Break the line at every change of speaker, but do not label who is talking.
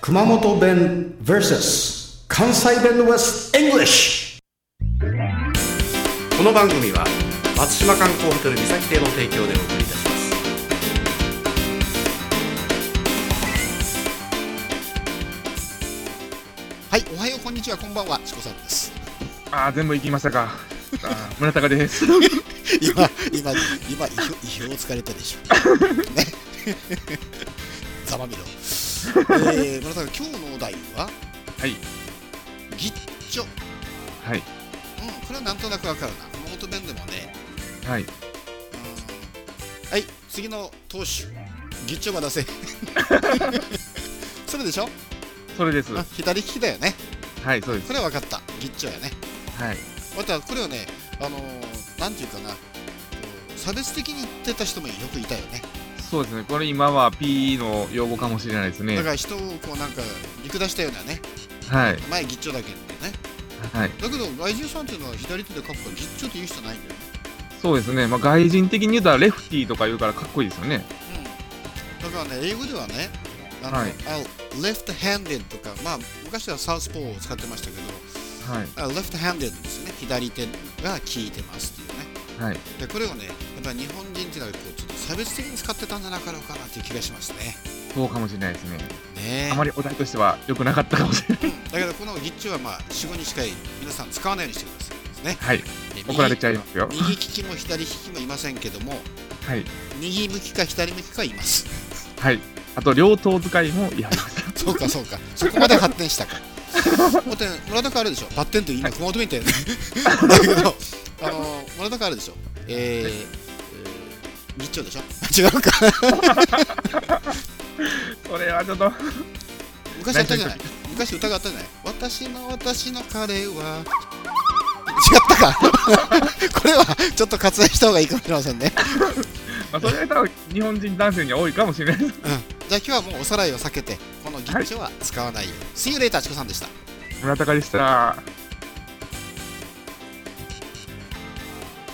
熊本弁 VS 関西弁 West English
この番組は松島観光ホテル三崎亭の提供でお送りいたします
はい、おはよう、こんにちは、こんばんは、チコさんです。
ああ、全部行きましたか。あー村高です。
今、今、今、意表意表をつかれたでしょ。ね。 ざまみろ。えー、村田君、今日のお題は、
はい、
ギッチョ。うん、
はい、
これはなんとなくわかるな。熊本弁でもね、
はい。
うん、はい、次の投手、ギッチョが出せ。 それでしょ、
それです。
あ左利きだよね。
はい、そうです。
これは分かった。ギッチョやね。
はい、
また、これをね、あのー、なんていうかな、こう差別的に言ってた人もよくいたよね。
そうですね。これ今は P の用語かもしれないですね
だか。ら人をこうなんか見下したようなね、
はい、
前ギッチョだけどね。
はい。
だけど外人さんっていうのは左手で書くからギッチョって言う人ないんだよね。
そうですね。まあ、外人的に言うたらレフティーとか言うからかっこいいですよね。
うん。だからね、英語ではね、あの、
はい
left-handed とか、まあ昔はサウスポーを使ってましたけど、
はい、
あ left-handed ですよね。左手が効いてますっていうね。
はい。
で、これをね、やっぱり日本人っていうのはこうちょっと差別的に使ってたんじゃなかろうかなっていう気がしますね。
そうかもしれないですね。
ねえ
あまりお題としては良くなかったかもしれない。
だけどこのギッチョはまあ4、5日間皆さん使わないようにしてくださいですね。
はい、
で右
怒られちゃいますよ。
右利きも左利きもいませんけども
はい、
右向きか左向きかいます
はい。あと、両頭使いもやります。
そうかそうかそこまで発展したかもて村田君あるでしょバッテンと今熊本弁って だけどあの村田君あるでしょえーえー、日朝でしょ 違うか
それはちょっと、
昔やったじゃない昔歌があったじゃない私の私の彼は違ったか これはちょっと割愛した方がいいかもしれませんね、
まあ、それは多分日本人男性には多いかもしれないです。
うん、じゃあ今日はもうおさらいを避けてこのギッチョは使わないよ、See you later チコさんでした
村高でした。